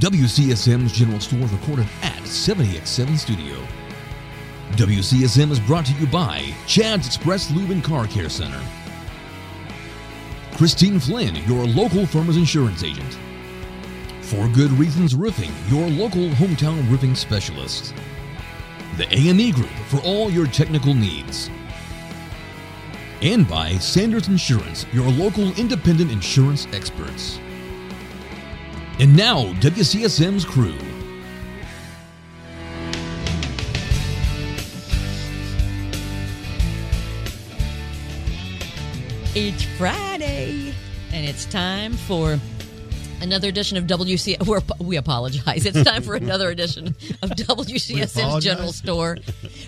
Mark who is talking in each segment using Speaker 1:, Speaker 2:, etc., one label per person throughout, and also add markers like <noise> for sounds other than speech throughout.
Speaker 1: WCSM's General Store recorded at 70XM Studio. WCSM is brought to you by Chad's Express Lube and Car Care Center. Christine Flynn, your local farmer's insurance agent. For Good Reasons Roofing, your local hometown roofing specialist. The AME Group for all your technical needs. And by Sanders Insurance, your local independent insurance experts. And now, WCSM's crew.
Speaker 2: It's Friday, and it's time for another edition of WC. We're, we apologize. It's time for another edition
Speaker 3: <laughs>
Speaker 2: of WCSM's
Speaker 4: apologize?
Speaker 2: General Store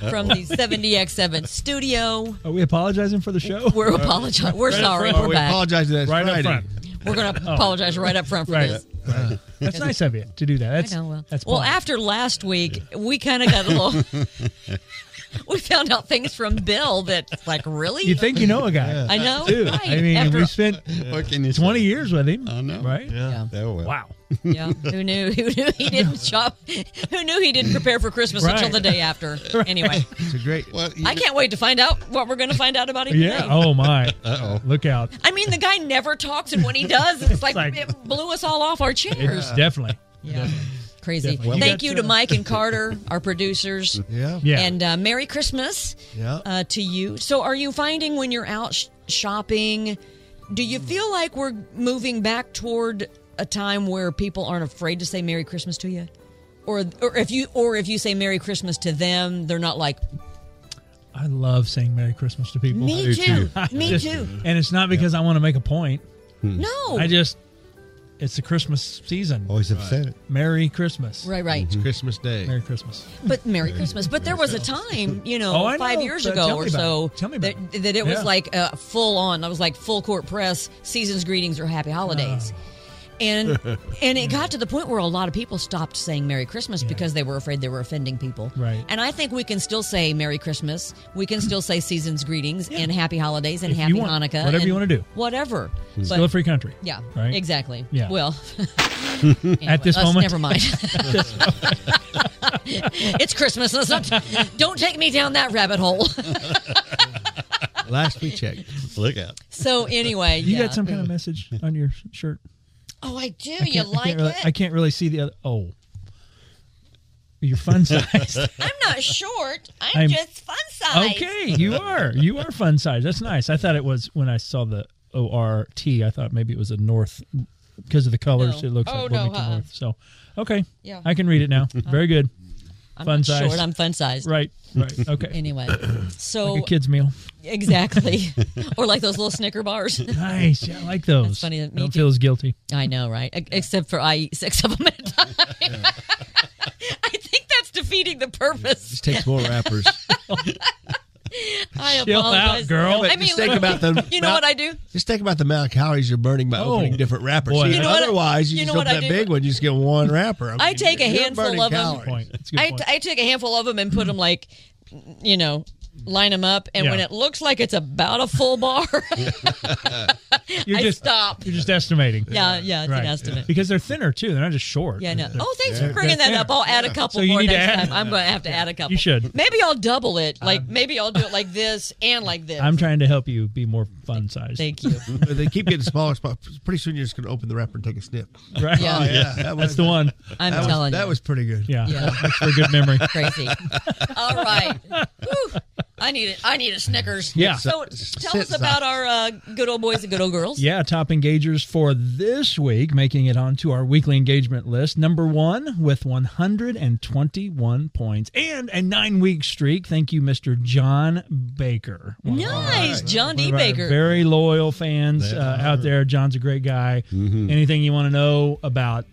Speaker 2: from the 70x7 studio.
Speaker 3: Are we apologizing for the show?
Speaker 2: We're apologi We're sorry.
Speaker 4: Oh,
Speaker 2: We're
Speaker 4: we
Speaker 2: back.
Speaker 4: apologize that.
Speaker 3: <laughs> Right
Speaker 4: Friday.
Speaker 3: up front.
Speaker 2: We're going to apologize right up front for
Speaker 3: Oh. Right.
Speaker 2: this.
Speaker 3: That's nice of you to do that. That's
Speaker 2: I know. Well,
Speaker 3: that's
Speaker 2: well
Speaker 3: polite.
Speaker 2: after last week, we kind of got a little.
Speaker 3: <laughs>
Speaker 2: we found out things from Bill that, like, really?
Speaker 3: you think you know a guy.
Speaker 2: I know.
Speaker 3: Too.
Speaker 2: Right.
Speaker 3: I mean,
Speaker 2: After-
Speaker 3: we spent
Speaker 4: What can you say?
Speaker 3: 20 years with him.
Speaker 4: I know.
Speaker 3: Right?
Speaker 4: Yeah. Oh, well.
Speaker 3: Wow.
Speaker 2: Yeah, <laughs> who knew? Who knew he didn't shop? Who knew he didn't prepare for Christmas
Speaker 3: Right.
Speaker 2: until the day
Speaker 3: <laughs>
Speaker 2: after? Anyway,
Speaker 3: It's a great.
Speaker 4: Well, you
Speaker 2: I
Speaker 4: know-
Speaker 2: can't wait to find out what we're going to find out about him.
Speaker 3: Yeah.
Speaker 2: today.
Speaker 3: Oh, my. Uh-oh. Look out.
Speaker 2: I mean, the guy never talks, and when he does,
Speaker 3: <laughs>
Speaker 2: it's like,
Speaker 3: like-
Speaker 2: it blew us all off our chairs.
Speaker 3: Definitely.
Speaker 2: Yeah, crazy.
Speaker 3: Definitely.
Speaker 2: Thank
Speaker 3: Well,
Speaker 2: you to Mike and
Speaker 3: <laughs>
Speaker 2: Carter, our producers.
Speaker 4: Yeah.
Speaker 3: Yeah.
Speaker 2: And uh, Merry Christmas
Speaker 4: Yeah.
Speaker 2: uh, to you. So, are you finding when you're out sh- shopping, do you feel like we're moving back toward a time where people aren't afraid to say Merry Christmas to you, or or if you or if you say Merry Christmas to them, they're not like
Speaker 3: I love saying Merry Christmas to people.
Speaker 2: me
Speaker 4: do
Speaker 2: too,
Speaker 4: too.
Speaker 2: me
Speaker 3: <laughs> Just-
Speaker 2: too.
Speaker 3: And it's not because I want to make a point.
Speaker 2: No,
Speaker 3: I just, it's the Christmas
Speaker 5: Oh,
Speaker 3: season.
Speaker 4: Always upset. it.
Speaker 3: Merry Christmas.
Speaker 2: right, right.
Speaker 5: Christmas Day.
Speaker 3: <laughs> Merry Christmas.
Speaker 2: But Merry Christmas. But there was a time, you know,
Speaker 3: Oh,
Speaker 2: five
Speaker 3: I know.
Speaker 2: years
Speaker 3: Tell
Speaker 2: ago
Speaker 3: me
Speaker 2: or
Speaker 3: about
Speaker 2: so,
Speaker 3: it. Tell me
Speaker 2: that,
Speaker 3: about
Speaker 2: that it was
Speaker 3: Yeah.
Speaker 2: like uh, full on. I was like full court press, season's greetings or happy holidays.
Speaker 3: Ah. <laughs>
Speaker 2: And and it got to the point where a lot of people stopped saying Merry Christmas because they were afraid they were offending people.
Speaker 3: Right.
Speaker 2: And I think we can still say Merry Christmas. We can still say season's greetings and happy holidays and
Speaker 3: If you
Speaker 2: happy
Speaker 3: want,
Speaker 2: Hanukkah.
Speaker 3: whatever
Speaker 2: and
Speaker 3: you wanna do.
Speaker 2: Whatever.
Speaker 3: Still a
Speaker 2: But,
Speaker 3: free country.
Speaker 2: yeah.
Speaker 3: Right?
Speaker 2: Exactly.
Speaker 3: Yeah.
Speaker 2: Well,
Speaker 3: At
Speaker 2: let's-
Speaker 3: this moment.
Speaker 2: Never mind.
Speaker 3: <laughs>
Speaker 2: <laughs> it's Christmas. Let's not. Don't take me down that rabbit hole. <laughs>
Speaker 5: Last we checked.
Speaker 4: Look out.
Speaker 2: So anyway,
Speaker 3: You
Speaker 2: yeah.
Speaker 3: got some kind of message on your shirt?
Speaker 2: Oh, I do. <laughs> you
Speaker 3: I
Speaker 2: like
Speaker 3: can't really,
Speaker 2: it?
Speaker 3: I can't really see the other. Oh. You're
Speaker 2: <laughs>
Speaker 3: fun sized.
Speaker 2: I'm not short. I'm,
Speaker 3: I'm-
Speaker 2: just fun size.
Speaker 3: Okay, you are. You are fun size. That's nice. I thought it was when I saw the O R T. I thought maybe it was a north because of the colors.
Speaker 2: No.
Speaker 3: It looks
Speaker 2: Oh,
Speaker 3: like
Speaker 2: no,
Speaker 3: Wilmington
Speaker 2: uh-uh.
Speaker 3: North. So, okay.
Speaker 2: Yeah. Uh-huh.
Speaker 3: I can read it now. Very good.
Speaker 2: I'm
Speaker 3: fun
Speaker 2: not
Speaker 3: size.
Speaker 2: short. I'm fun size.
Speaker 3: <laughs> Right.
Speaker 2: <laughs>
Speaker 3: Right. Okay.
Speaker 2: Anyway, so
Speaker 3: A kid's meal.
Speaker 2: <laughs> exactly, <laughs> or like those little Snicker bars. <laughs>
Speaker 3: Nice. Yeah, I like those.
Speaker 2: funny that me
Speaker 3: Don't
Speaker 2: too.
Speaker 3: feel as guilty.
Speaker 2: I know, right? E- Except for I eat six of them at a time. <laughs> I think that's defeating the purpose.
Speaker 5: Just takes more wrappers.
Speaker 2: I
Speaker 3: Chill
Speaker 2: apologize,
Speaker 3: out, girl.
Speaker 2: I mean,
Speaker 5: But just think
Speaker 2: look,
Speaker 5: about the
Speaker 2: <laughs> You know what I do?
Speaker 5: <laughs> Just think about the amount of calories you're burning by
Speaker 3: Oh,
Speaker 5: opening different wrappers.
Speaker 3: boy.
Speaker 5: See,
Speaker 3: You know
Speaker 2: what I-
Speaker 5: otherwise, you,
Speaker 2: you know
Speaker 5: just
Speaker 2: what I
Speaker 5: open that
Speaker 2: do?
Speaker 5: big one, you just get one wrapper.
Speaker 2: I take a
Speaker 5: you're
Speaker 2: handful
Speaker 5: burning
Speaker 2: of 'em.
Speaker 5: calories.
Speaker 3: Point. It's a good
Speaker 2: I,
Speaker 3: point.
Speaker 2: I took a handful of them and put them like, you know, line them up. And
Speaker 3: Yeah.
Speaker 2: when it looks like it's about a full bar, <laughs>
Speaker 3: you're
Speaker 2: I
Speaker 3: just
Speaker 2: stop.
Speaker 3: You're just estimating.
Speaker 2: Yeah, yeah, it's
Speaker 3: Right.
Speaker 2: an
Speaker 3: <laughs>
Speaker 2: estimate.
Speaker 3: Because they're thinner too. They're not just short.
Speaker 2: Yeah, no.
Speaker 3: They're-
Speaker 2: Oh, thanks for bringing that
Speaker 3: Yeah.
Speaker 2: up. I'll add a couple
Speaker 3: So you
Speaker 2: more
Speaker 3: need to
Speaker 2: next
Speaker 3: add-
Speaker 2: time. I'm going to have
Speaker 3: <laughs>
Speaker 2: to add a couple.
Speaker 3: You should. Um,
Speaker 2: Maybe I'll double it. Like maybe I'll do it like this and like this.
Speaker 3: I'm trying to help you be more fun
Speaker 2: <laughs>
Speaker 3: sized.
Speaker 2: Thank you.
Speaker 5: But they keep getting smaller. smaller. Pretty soon, you're just going to open the wrapper and take a sniff.
Speaker 3: Right.
Speaker 2: Yeah.
Speaker 5: that
Speaker 3: That's the one.
Speaker 2: I'm
Speaker 5: that was,
Speaker 2: telling
Speaker 5: that
Speaker 2: you.
Speaker 5: was <laughs> pretty good.
Speaker 3: Yeah.
Speaker 2: Yeah.
Speaker 3: That's for a good memory.
Speaker 2: crazy. All right. Whew. I need it. I need a Snickers.
Speaker 3: Yeah.
Speaker 2: So tell us
Speaker 5: Sit-
Speaker 2: about our uh, good old boys and good old girls.
Speaker 3: Yeah, top engagers for this week, making it onto our weekly engagement list. Number one with 121 points and a nine week streak. Thank you, Mr. John Baker. One of our-
Speaker 2: Nice, John D.
Speaker 3: one of our
Speaker 2: Baker.
Speaker 3: Very loyal fans uh, out there. John's a great guy. Anything you want to know about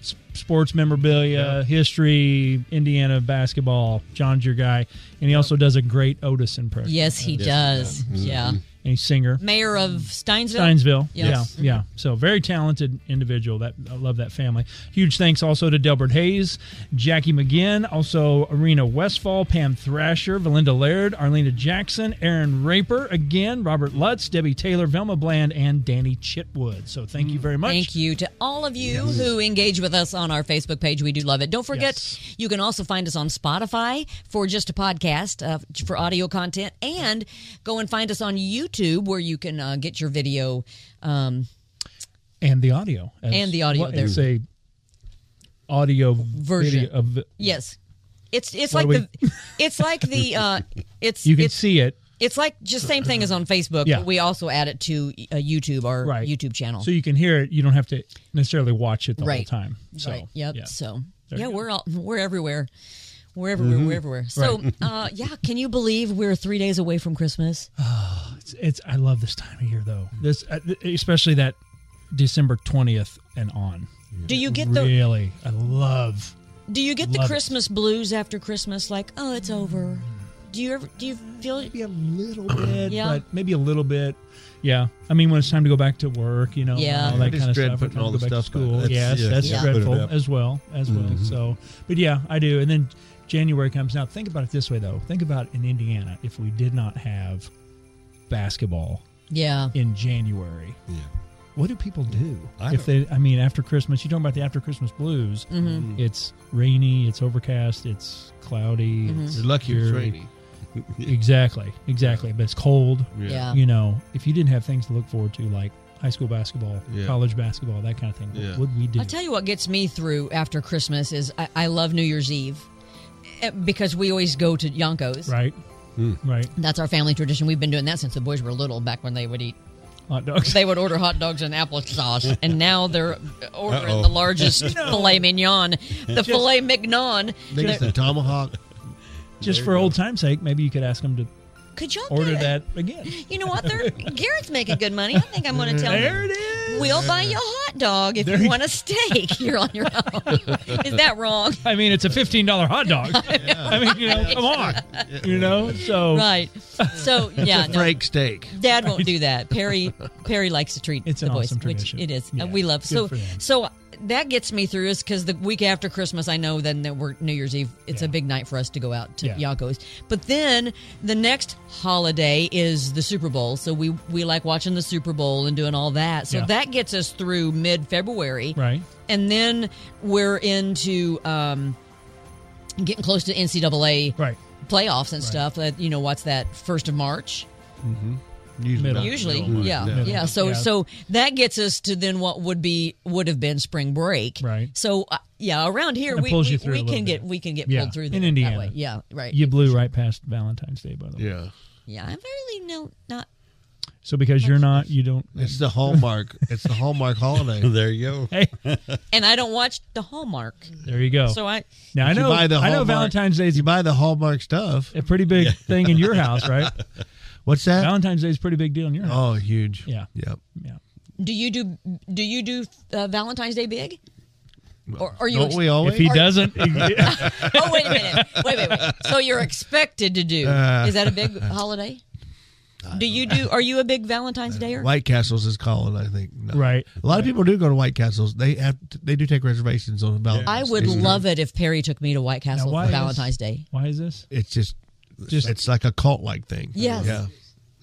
Speaker 3: s- sports memorabilia, history, Indiana basketball, John's your guy. And he also does Mm-hmm. a great Otis impression.
Speaker 2: Yes, he does. Yeah.
Speaker 3: a singer.
Speaker 2: Mayor of Steinsville.
Speaker 3: Steinsville.
Speaker 2: Yes.
Speaker 3: Yeah, yeah. So very talented individual. That I love that family. Huge thanks also to Delbert Hayes, Jackie McGinn, also Arena Westfall, Pam Thrasher, Valinda Laird, Arlena Jackson, Aaron Raper, again, Robert Lutz, Debbie Taylor, Velma Bland, and Danny Chitwood. So thank you very much.
Speaker 2: Thank you to all of you who engage with us on our Facebook page. We do love it. Don't forget,
Speaker 3: Yes.
Speaker 2: you can also find us on Spotify for just a podcast uh, for audio content, and go and find us on YouTube where you can uh, get your video. Um,
Speaker 3: And the audio. as-
Speaker 2: And the audio
Speaker 3: what-
Speaker 2: there.
Speaker 3: It's a audio
Speaker 2: Version.
Speaker 3: video of
Speaker 2: yes, it's it's
Speaker 3: What
Speaker 2: like
Speaker 3: do <laughs>
Speaker 2: the it's like the uh, it's
Speaker 3: you can
Speaker 2: it's,
Speaker 3: see it.
Speaker 2: it's like just same thing as on Facebook.
Speaker 3: Yeah.
Speaker 2: But we also add it to uh, YouTube our
Speaker 3: Right.
Speaker 2: YouTube channel.
Speaker 3: So you can hear it. You don't have to necessarily watch it the
Speaker 2: Right.
Speaker 3: whole time. So
Speaker 2: right. Yep.
Speaker 3: yeah.
Speaker 2: So
Speaker 3: There
Speaker 2: yeah,
Speaker 3: you go.
Speaker 2: we're all we're everywhere. We're everywhere.
Speaker 3: Mm-hmm.
Speaker 2: We're everywhere. So uh, yeah, can you believe we're three days away from Christmas?
Speaker 3: It's I love this time of year though. This uh, especially that December twentieth and on.
Speaker 2: Do you get the
Speaker 3: Really, I love.
Speaker 2: Do you get the
Speaker 3: love it.
Speaker 2: Christmas blues after Christmas? Like oh, it's over. Do you ever Do you feel?
Speaker 3: Maybe a little bit,
Speaker 2: Yeah.
Speaker 3: but maybe a little bit. Yeah, I mean when it's time to go back to work, you know,
Speaker 2: Yeah.
Speaker 3: and all that
Speaker 5: It is
Speaker 3: kind of
Speaker 5: dread
Speaker 3: stuff.
Speaker 5: putting
Speaker 3: time to
Speaker 5: all
Speaker 3: go
Speaker 5: the
Speaker 3: back to
Speaker 5: stuff back.
Speaker 3: school.
Speaker 5: That's-
Speaker 3: yes,
Speaker 5: yeah,
Speaker 3: that's
Speaker 2: yeah.
Speaker 5: Put it
Speaker 3: dreadful
Speaker 5: up.
Speaker 3: as well as well. So, but yeah, I do. And then January comes now. Think about it this way though. Think about in Indiana if we did not have basketball
Speaker 2: Yeah.
Speaker 3: in January.
Speaker 4: Yeah.
Speaker 3: What do people do
Speaker 4: I
Speaker 3: if they? I mean, after Christmas, you talking about the after Christmas blues? Mm-hmm. It's rainy, it's overcast, it's cloudy.
Speaker 2: Mm-hmm.
Speaker 3: It's
Speaker 5: You're lucky it's
Speaker 3: dreary.
Speaker 5: rainy.
Speaker 3: <laughs> Exactly, exactly. But it's cold.
Speaker 2: Yeah.
Speaker 3: You know, if you didn't have things to look forward to, like high school basketball,
Speaker 5: Yeah.
Speaker 3: college basketball, that kind of thing,
Speaker 5: Yeah.
Speaker 3: what would we do?
Speaker 2: I'll tell you what gets me through after Christmas is I, I love New Year's Eve eh, because we always go to Yonko's.
Speaker 3: right, right.
Speaker 2: That's our family tradition. We've been doing that since the boys were little. Back when they would eat
Speaker 3: Hot dogs.
Speaker 2: they would order hot dogs and applesauce, and now they're ordering
Speaker 4: Uh-oh.
Speaker 2: the largest filet mignon, the filet mignon.
Speaker 5: They get the tomahawk.
Speaker 3: Just for old time's sake, maybe you could ask them to
Speaker 2: Could y'all
Speaker 3: order
Speaker 2: do it?
Speaker 3: that again.
Speaker 2: You know what? They're, Garrett's making good money. I think I'm going to tell
Speaker 3: There
Speaker 2: him.
Speaker 3: it is.
Speaker 2: We'll buy you a hot dog if
Speaker 3: There
Speaker 2: you
Speaker 3: you-
Speaker 2: want a steak. <laughs> You're on your
Speaker 3: <laughs>
Speaker 2: own. Is that wrong?
Speaker 3: I mean, it's a fifteen dollar hot dog. I mean,
Speaker 2: <laughs>
Speaker 3: you know, come on, you know. So
Speaker 2: Right. So yeah, no,
Speaker 5: Frank steak.
Speaker 2: Dad won't do that. Perry Perry likes to treat
Speaker 3: It's
Speaker 2: the
Speaker 3: an
Speaker 2: boys,
Speaker 3: awesome
Speaker 2: which
Speaker 3: tradition.
Speaker 2: it is.
Speaker 3: Yeah,
Speaker 2: Uh, we love
Speaker 3: good
Speaker 2: so
Speaker 3: for them.
Speaker 2: so. uh, That gets me through is because the week after Christmas, I know then that we're New Year's Eve. It's a
Speaker 3: Yeah.
Speaker 2: big night for us to go out to
Speaker 3: Yeah.
Speaker 2: Yakko's. But then the next holiday is the Super Bowl, so we we like watching the Super Bowl and doing all that. So
Speaker 3: Yeah.
Speaker 2: that gets us through mid February,
Speaker 3: right.
Speaker 2: and then we're into um, getting close to NCAA
Speaker 3: Right.
Speaker 2: playoffs and stuff. That you know, what's that? First of March,
Speaker 5: Usually.
Speaker 3: Middle.
Speaker 5: not.
Speaker 2: usually,
Speaker 5: Middle.
Speaker 2: yeah, yeah.
Speaker 3: Yeah.
Speaker 2: So
Speaker 3: Yeah.
Speaker 2: so that gets us to then what would be would have been spring break,
Speaker 3: Right.
Speaker 2: So uh, yeah, around here
Speaker 3: Kinda
Speaker 2: we
Speaker 3: pulls
Speaker 2: we,
Speaker 3: you through
Speaker 2: we
Speaker 3: a
Speaker 2: can
Speaker 3: little
Speaker 2: get
Speaker 3: bit.
Speaker 2: we can get
Speaker 3: Yeah,
Speaker 2: pulled through
Speaker 3: in
Speaker 2: that-
Speaker 3: Indiana.
Speaker 2: that way. Yeah, right.
Speaker 3: You blew right past Valentine's Day, by the way.
Speaker 5: Yeah.
Speaker 2: yeah, I'm really no not.
Speaker 3: So because you're not, you don't.
Speaker 5: It's
Speaker 4: <laughs>
Speaker 5: the hallmark. it's the hallmark holiday.
Speaker 4: There you go.
Speaker 3: <laughs> Hey,
Speaker 2: And I don't watch the Hallmark,
Speaker 3: there you go.
Speaker 2: so I
Speaker 3: now I
Speaker 5: You
Speaker 3: know.
Speaker 5: buy the
Speaker 3: I know
Speaker 5: Hallmark-
Speaker 3: Valentine's Day is
Speaker 5: You buy the hallmark stuff.
Speaker 3: a pretty big <laughs> thing in your
Speaker 5: <laughs>
Speaker 3: house, right?
Speaker 5: What's that?
Speaker 3: Valentine's Day is a pretty big deal in your house.
Speaker 5: Oh, huge.
Speaker 3: Yeah.
Speaker 5: Yep.
Speaker 3: Yeah.
Speaker 2: do you do do you do uh, Valentine's Day big? Or are you
Speaker 5: Don't
Speaker 2: ex-
Speaker 5: we always?
Speaker 3: If he
Speaker 5: <laughs>
Speaker 3: doesn't,
Speaker 2: <laughs> Oh wait a minute! Wait, wait, wait. So you're expected to do?
Speaker 3: Uh.
Speaker 2: is that a big
Speaker 3: <laughs>
Speaker 2: holiday? Do you do? Are you a big Valentine's Day?
Speaker 5: White Castles is calling, I think. No.
Speaker 3: Right.
Speaker 5: A lot of people do go to White Castles. They have to, they do take reservations on Valentine's.
Speaker 2: I would
Speaker 5: Day.
Speaker 2: love it if Perry took me to White Castle
Speaker 3: why
Speaker 2: for
Speaker 3: is-
Speaker 2: Valentine's Day.
Speaker 3: <laughs> why is this?
Speaker 5: It's just,
Speaker 3: Just-
Speaker 5: it's like a cult like thing.
Speaker 2: Yes.
Speaker 5: Yeah.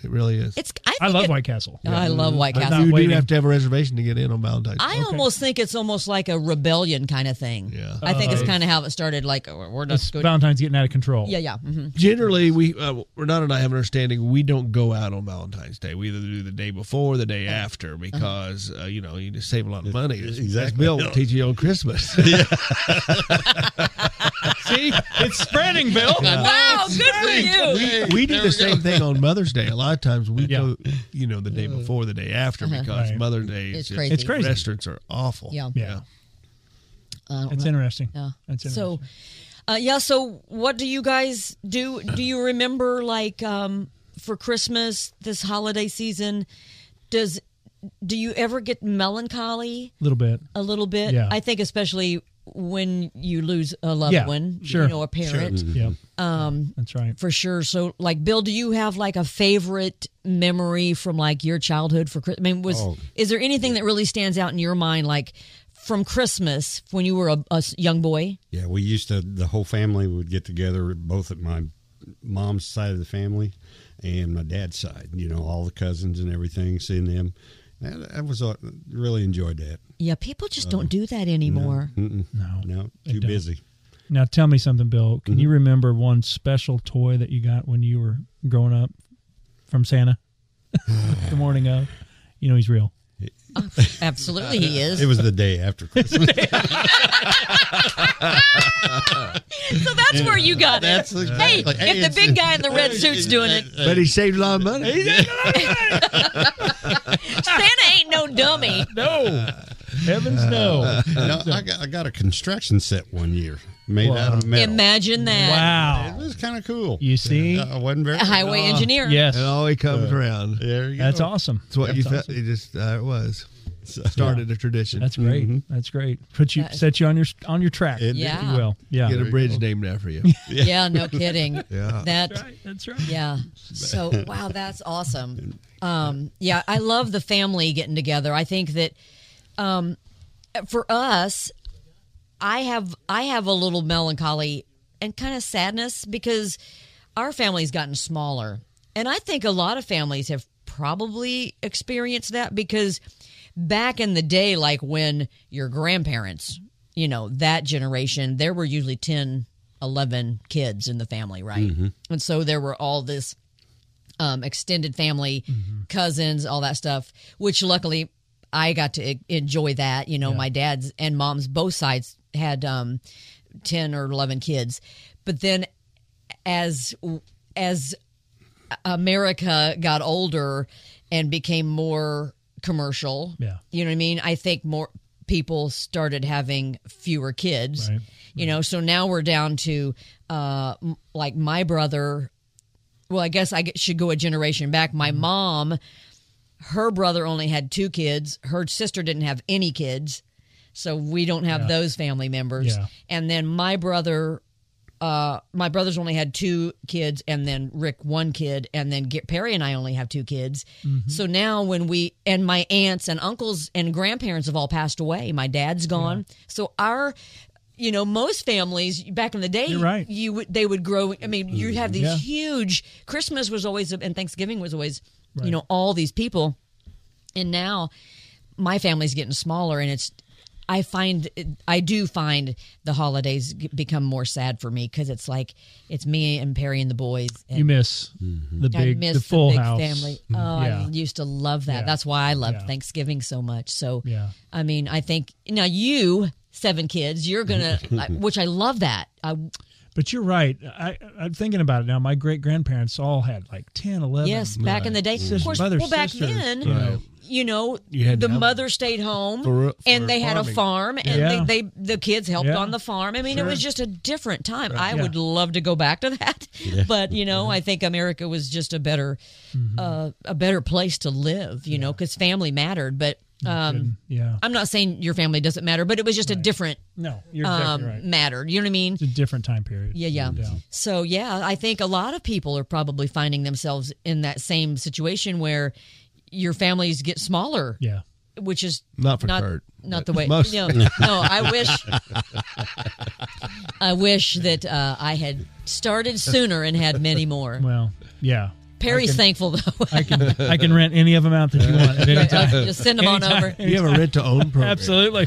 Speaker 5: It really is.
Speaker 2: It's I,
Speaker 3: I
Speaker 2: think
Speaker 3: love
Speaker 2: it-
Speaker 3: White Castle.
Speaker 2: I love White
Speaker 3: But
Speaker 2: Castle.
Speaker 3: not
Speaker 5: you
Speaker 3: waiting.
Speaker 5: do have to have a reservation to get in on Valentine's.
Speaker 2: I
Speaker 5: Day.
Speaker 2: almost think it's almost like a rebellion kind of thing.
Speaker 5: Yeah.
Speaker 2: I think it's kind of how it started. Like oh, we're not
Speaker 3: It's
Speaker 2: good.
Speaker 3: Valentine's getting out of control.
Speaker 2: yeah, yeah. hmm
Speaker 5: Generally, we uh, Renata and I have an understanding. We don't go out on Valentine's Day. We either do the day before, or the day
Speaker 3: Uh-huh.
Speaker 5: after, because uh, you know you just save a lot of money. As- as
Speaker 4: Exactly.
Speaker 5: Bill will teach you on Christmas.
Speaker 3: See, it's spreading, Bill.
Speaker 2: Wow, Oh, good for you.
Speaker 5: we, we do the same thing on Mother's Day. A lot of times we
Speaker 3: Yeah. Uh-huh.
Speaker 5: go, you know, the day before, the day after, because
Speaker 3: Right.
Speaker 5: Mother's Day is
Speaker 2: It's
Speaker 5: just-
Speaker 2: crazy. It's
Speaker 3: crazy.
Speaker 5: Restaurants are awful.
Speaker 2: Yeah.
Speaker 3: Yeah,
Speaker 2: Uh,
Speaker 3: it's interesting.
Speaker 2: yeah.
Speaker 3: That's
Speaker 2: so,
Speaker 3: interesting.
Speaker 2: uh, yeah. So, what do you guys do? Do you remember like um, for Christmas this holiday season? Does do you ever get melancholy?
Speaker 3: a little bit.
Speaker 2: a little bit.
Speaker 3: Yeah.
Speaker 2: I think especially when you lose a loved
Speaker 3: Yeah,
Speaker 2: one,
Speaker 3: sure.
Speaker 2: you know, a parent.
Speaker 3: Yep. Um, That's right.
Speaker 2: For sure. So, like, Bill, do you have like a favorite memory from like your childhood for Christmas? I mean, was is there anything that really stands out in your mind, like from Christmas when you were a, a s- young boy?
Speaker 6: Yeah, we used to. The whole family would get together, both at my mom's side of the family and my dad's side. You know, all the cousins and everything, seeing them. That, that was uh, really enjoyed that.
Speaker 2: Yeah, people just don't do that anymore.
Speaker 3: No.
Speaker 6: No, too
Speaker 3: don't.
Speaker 6: busy.
Speaker 3: Now tell me something, Bill.
Speaker 5: Mm-hmm.
Speaker 3: Can you remember one special toy that you got when you were growing up from Santa? <laughs> the morning of. You know he's real.
Speaker 2: Absolutely, he is.
Speaker 6: <laughs> It was the
Speaker 2: <laughs>
Speaker 6: day after Christmas.
Speaker 2: so that's where you got
Speaker 4: That's
Speaker 2: it.
Speaker 4: exactly.
Speaker 2: Hey, if the big guy in the red suit's doing it,
Speaker 5: But he saved a lot of money.
Speaker 2: Santa ain't no dummy.
Speaker 3: No. <laughs> Heavens no.
Speaker 6: <laughs> no, I got, I got a construction set one year made out of metal.
Speaker 2: Imagine that.
Speaker 6: It
Speaker 3: Wow.
Speaker 6: was kind of cool.
Speaker 3: You see?
Speaker 6: I wasn't very.
Speaker 2: A highway engineer.
Speaker 3: Yes.
Speaker 5: It always comes around.
Speaker 6: There you
Speaker 3: That's
Speaker 6: go.
Speaker 3: awesome.
Speaker 5: That's what you
Speaker 3: That's
Speaker 5: felt.
Speaker 3: awesome.
Speaker 5: It just uh, it was started a tradition.
Speaker 3: That's great.
Speaker 5: Mm-hmm.
Speaker 3: That's great. Put you
Speaker 2: That-
Speaker 3: set you on your on your track.
Speaker 6: It-
Speaker 3: if
Speaker 2: Yeah.
Speaker 3: you will. Yeah.
Speaker 5: Get a bridge named after
Speaker 3: <laughs>
Speaker 5: you.
Speaker 2: <laughs> Yeah, no kidding.
Speaker 5: Yeah.
Speaker 2: That
Speaker 3: That's right. That's right.
Speaker 2: yeah. So <laughs> wow, that's awesome. Um yeah, I love the family getting together. I think that um for us I have I have a little melancholy and kind of sadness because our family's gotten smaller. And I think a lot of families have probably experienced that because back in the day like when your grandparents, you know, that generation, there were usually 10 11 kids in the family, right? And so there were all this um, extended family, cousins, all that stuff, which luckily I got to e- enjoy that. You know, my dad's and mom's both sides had um, 10 or 11 kids. But then as as America got older and became more commercial,
Speaker 3: Yeah.
Speaker 2: you know what I mean? I think more people started having fewer kids.
Speaker 3: Right.
Speaker 2: You know, so now we're down to uh m- like my brother well, I guess I g- should go a generation back. My mom, her brother only had two kids. Her sister didn't have any kids. So we don't have those family members.
Speaker 3: Yeah.
Speaker 2: And then my brother, uh, my brother's only had two kids, and then Rick one kid, and then Ge- Perry and I only have two kids. So now when we and my aunts and uncles and grandparents have all passed away, my dad's gone. So our, you know, most families back in the day,
Speaker 3: You're right.
Speaker 2: you would they would grow. I mean, you have these
Speaker 3: Yeah.
Speaker 2: huge. Christmas was always and Thanksgiving was always, you know, all these people, and now my family's getting smaller, and it's. I find I do find the holidays g- become more sad for me because it's like it's me and Perry and the boys. And
Speaker 3: You miss
Speaker 5: Mm-hmm.
Speaker 3: the
Speaker 2: I
Speaker 3: big
Speaker 2: miss
Speaker 3: the full
Speaker 2: big
Speaker 3: house. Mm-hmm.
Speaker 2: family. Oh,
Speaker 3: Yeah.
Speaker 2: I used to love that.
Speaker 3: Yeah.
Speaker 2: That's why I loved
Speaker 3: Yeah.
Speaker 2: Thanksgiving so much. So
Speaker 3: Yeah.
Speaker 2: I mean, I think now you seven kids, you're gonna, I- which I love that. I,
Speaker 3: But you're right. I, I'm thinking about it now. My great grandparents all had like 10, 11.
Speaker 2: yes, back in the day, of course.
Speaker 3: mother,
Speaker 2: well, back
Speaker 3: sister,
Speaker 2: then,
Speaker 3: you know.
Speaker 2: you know,
Speaker 5: You had to
Speaker 2: the
Speaker 5: have-
Speaker 2: mother stayed home
Speaker 5: For- for
Speaker 2: and they had a
Speaker 5: farming.
Speaker 2: farm, and
Speaker 3: Yeah.
Speaker 2: they, they the kids helped
Speaker 3: Yeah.
Speaker 2: on the farm. I mean, it was just a different time. I
Speaker 3: Yeah.
Speaker 2: would love to go back to that, <laughs> but you know, I think America was just a better,
Speaker 3: Mm-hmm.
Speaker 2: uh, a better place to live. You know, 'cause know, because family mattered, but. Um,
Speaker 3: Yeah.
Speaker 2: I'm not saying your family doesn't matter, but it was just a different
Speaker 3: No, you're
Speaker 2: um,
Speaker 3: exactly right.
Speaker 2: mattered. You know what I mean?
Speaker 3: It's a different time period.
Speaker 2: Yeah, yeah. So yeah, I think a lot of people are probably finding themselves in that same situation where your families get smaller,
Speaker 3: Yeah.
Speaker 2: which is
Speaker 5: Not for
Speaker 2: not
Speaker 5: Kurt,
Speaker 2: not
Speaker 5: but
Speaker 2: the way.
Speaker 5: <laughs> most-
Speaker 2: No, no, I wish I wish that uh, I had started sooner and had many more.
Speaker 3: Well, yeah.
Speaker 2: Perry's thankful though.
Speaker 3: <laughs> I can I can rent any of them out that you want at any time.
Speaker 2: <laughs> Just send them on over.
Speaker 5: You have a rent to own program.
Speaker 3: <laughs> Absolutely.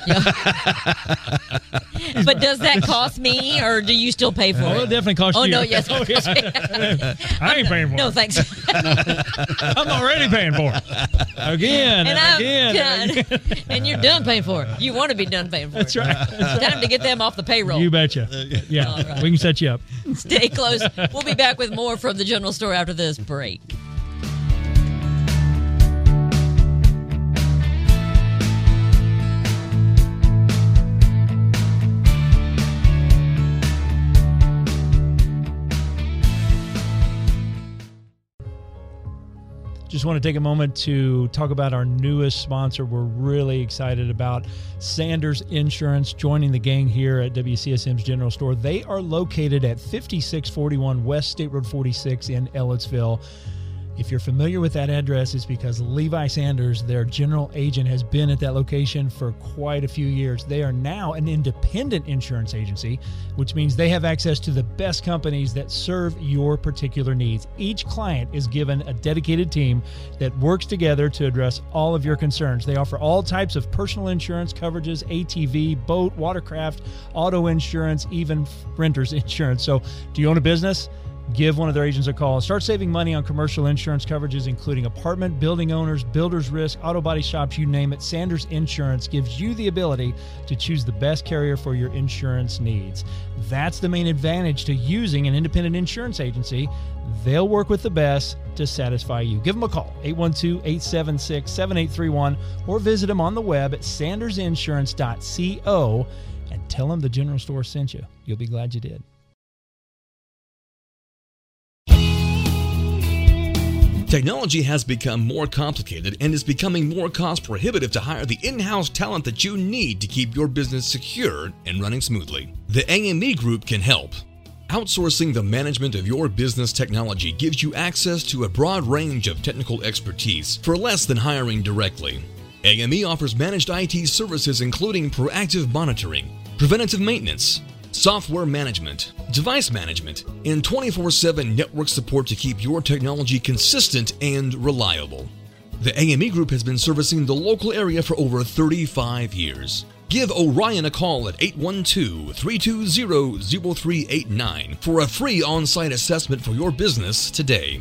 Speaker 2: But does that cost me, or do you still pay for
Speaker 3: Well,
Speaker 2: it?
Speaker 3: it <laughs> definitely cost
Speaker 2: Oh
Speaker 3: you.
Speaker 2: no, yes.
Speaker 3: Oh, yeah.
Speaker 2: <laughs>
Speaker 3: I ain't paying for
Speaker 2: No,
Speaker 3: it.
Speaker 2: thanks.
Speaker 3: I'm already paying for it. <laughs> Again and,
Speaker 2: and I'm
Speaker 3: again. and again.
Speaker 2: done. and you're done paying for it. You want to be done paying for
Speaker 3: That's
Speaker 2: it.
Speaker 3: right.
Speaker 2: Time to get them off the payroll.
Speaker 3: You <laughs> betcha. Yeah. We can set you up.
Speaker 2: Stay close. We'll be back with more from the general store after this break.
Speaker 3: Just want to take a moment to talk about our newest sponsor. We're really excited about Sanders Insurance joining the gang here at WCSM's General Store. They are located at 5641 West State Road 46 in Ellettsville. If you're familiar with that address, it's because Levi Sanders, their general agent, has been at that location for quite a few years. They are now an independent insurance agency, which means they have access to the best companies that serve your particular needs. Each client is given a dedicated team that works together to address all of your concerns. They offer all types of personal insurance coverages, ATV, boat, watercraft, auto insurance, even renter's <laughs> insurance. So, do you own a business? Give one of their agents a call and start saving money on commercial insurance coverages, including apartment, building owners, builder's risk, auto body shops, you name it. Sanders Insurance gives you the ability to choose the best carrier for your insurance needs. That's the main advantage to using an independent insurance agency. They'll work with the best to satisfy you. Give them a call, 812 876 7831, or visit them on the web at sandersinsurance.co and tell them the general store sent you. You'll be glad you did.
Speaker 1: Technology has become more complicated and is becoming more cost prohibitive to hire the in house talent that you need to keep your business secure and running smoothly. The AME Group can help. Outsourcing the management of your business technology gives you access to a broad range of technical expertise for less than hiring directly. AME offers managed IT services including proactive monitoring, preventative maintenance, software management, device management, and 24 7 network support to keep your technology consistent and reliable. The AME Group has been servicing the local area for over 35 years. Give Orion a call at 812 320 0389 for a free on site assessment for your business today.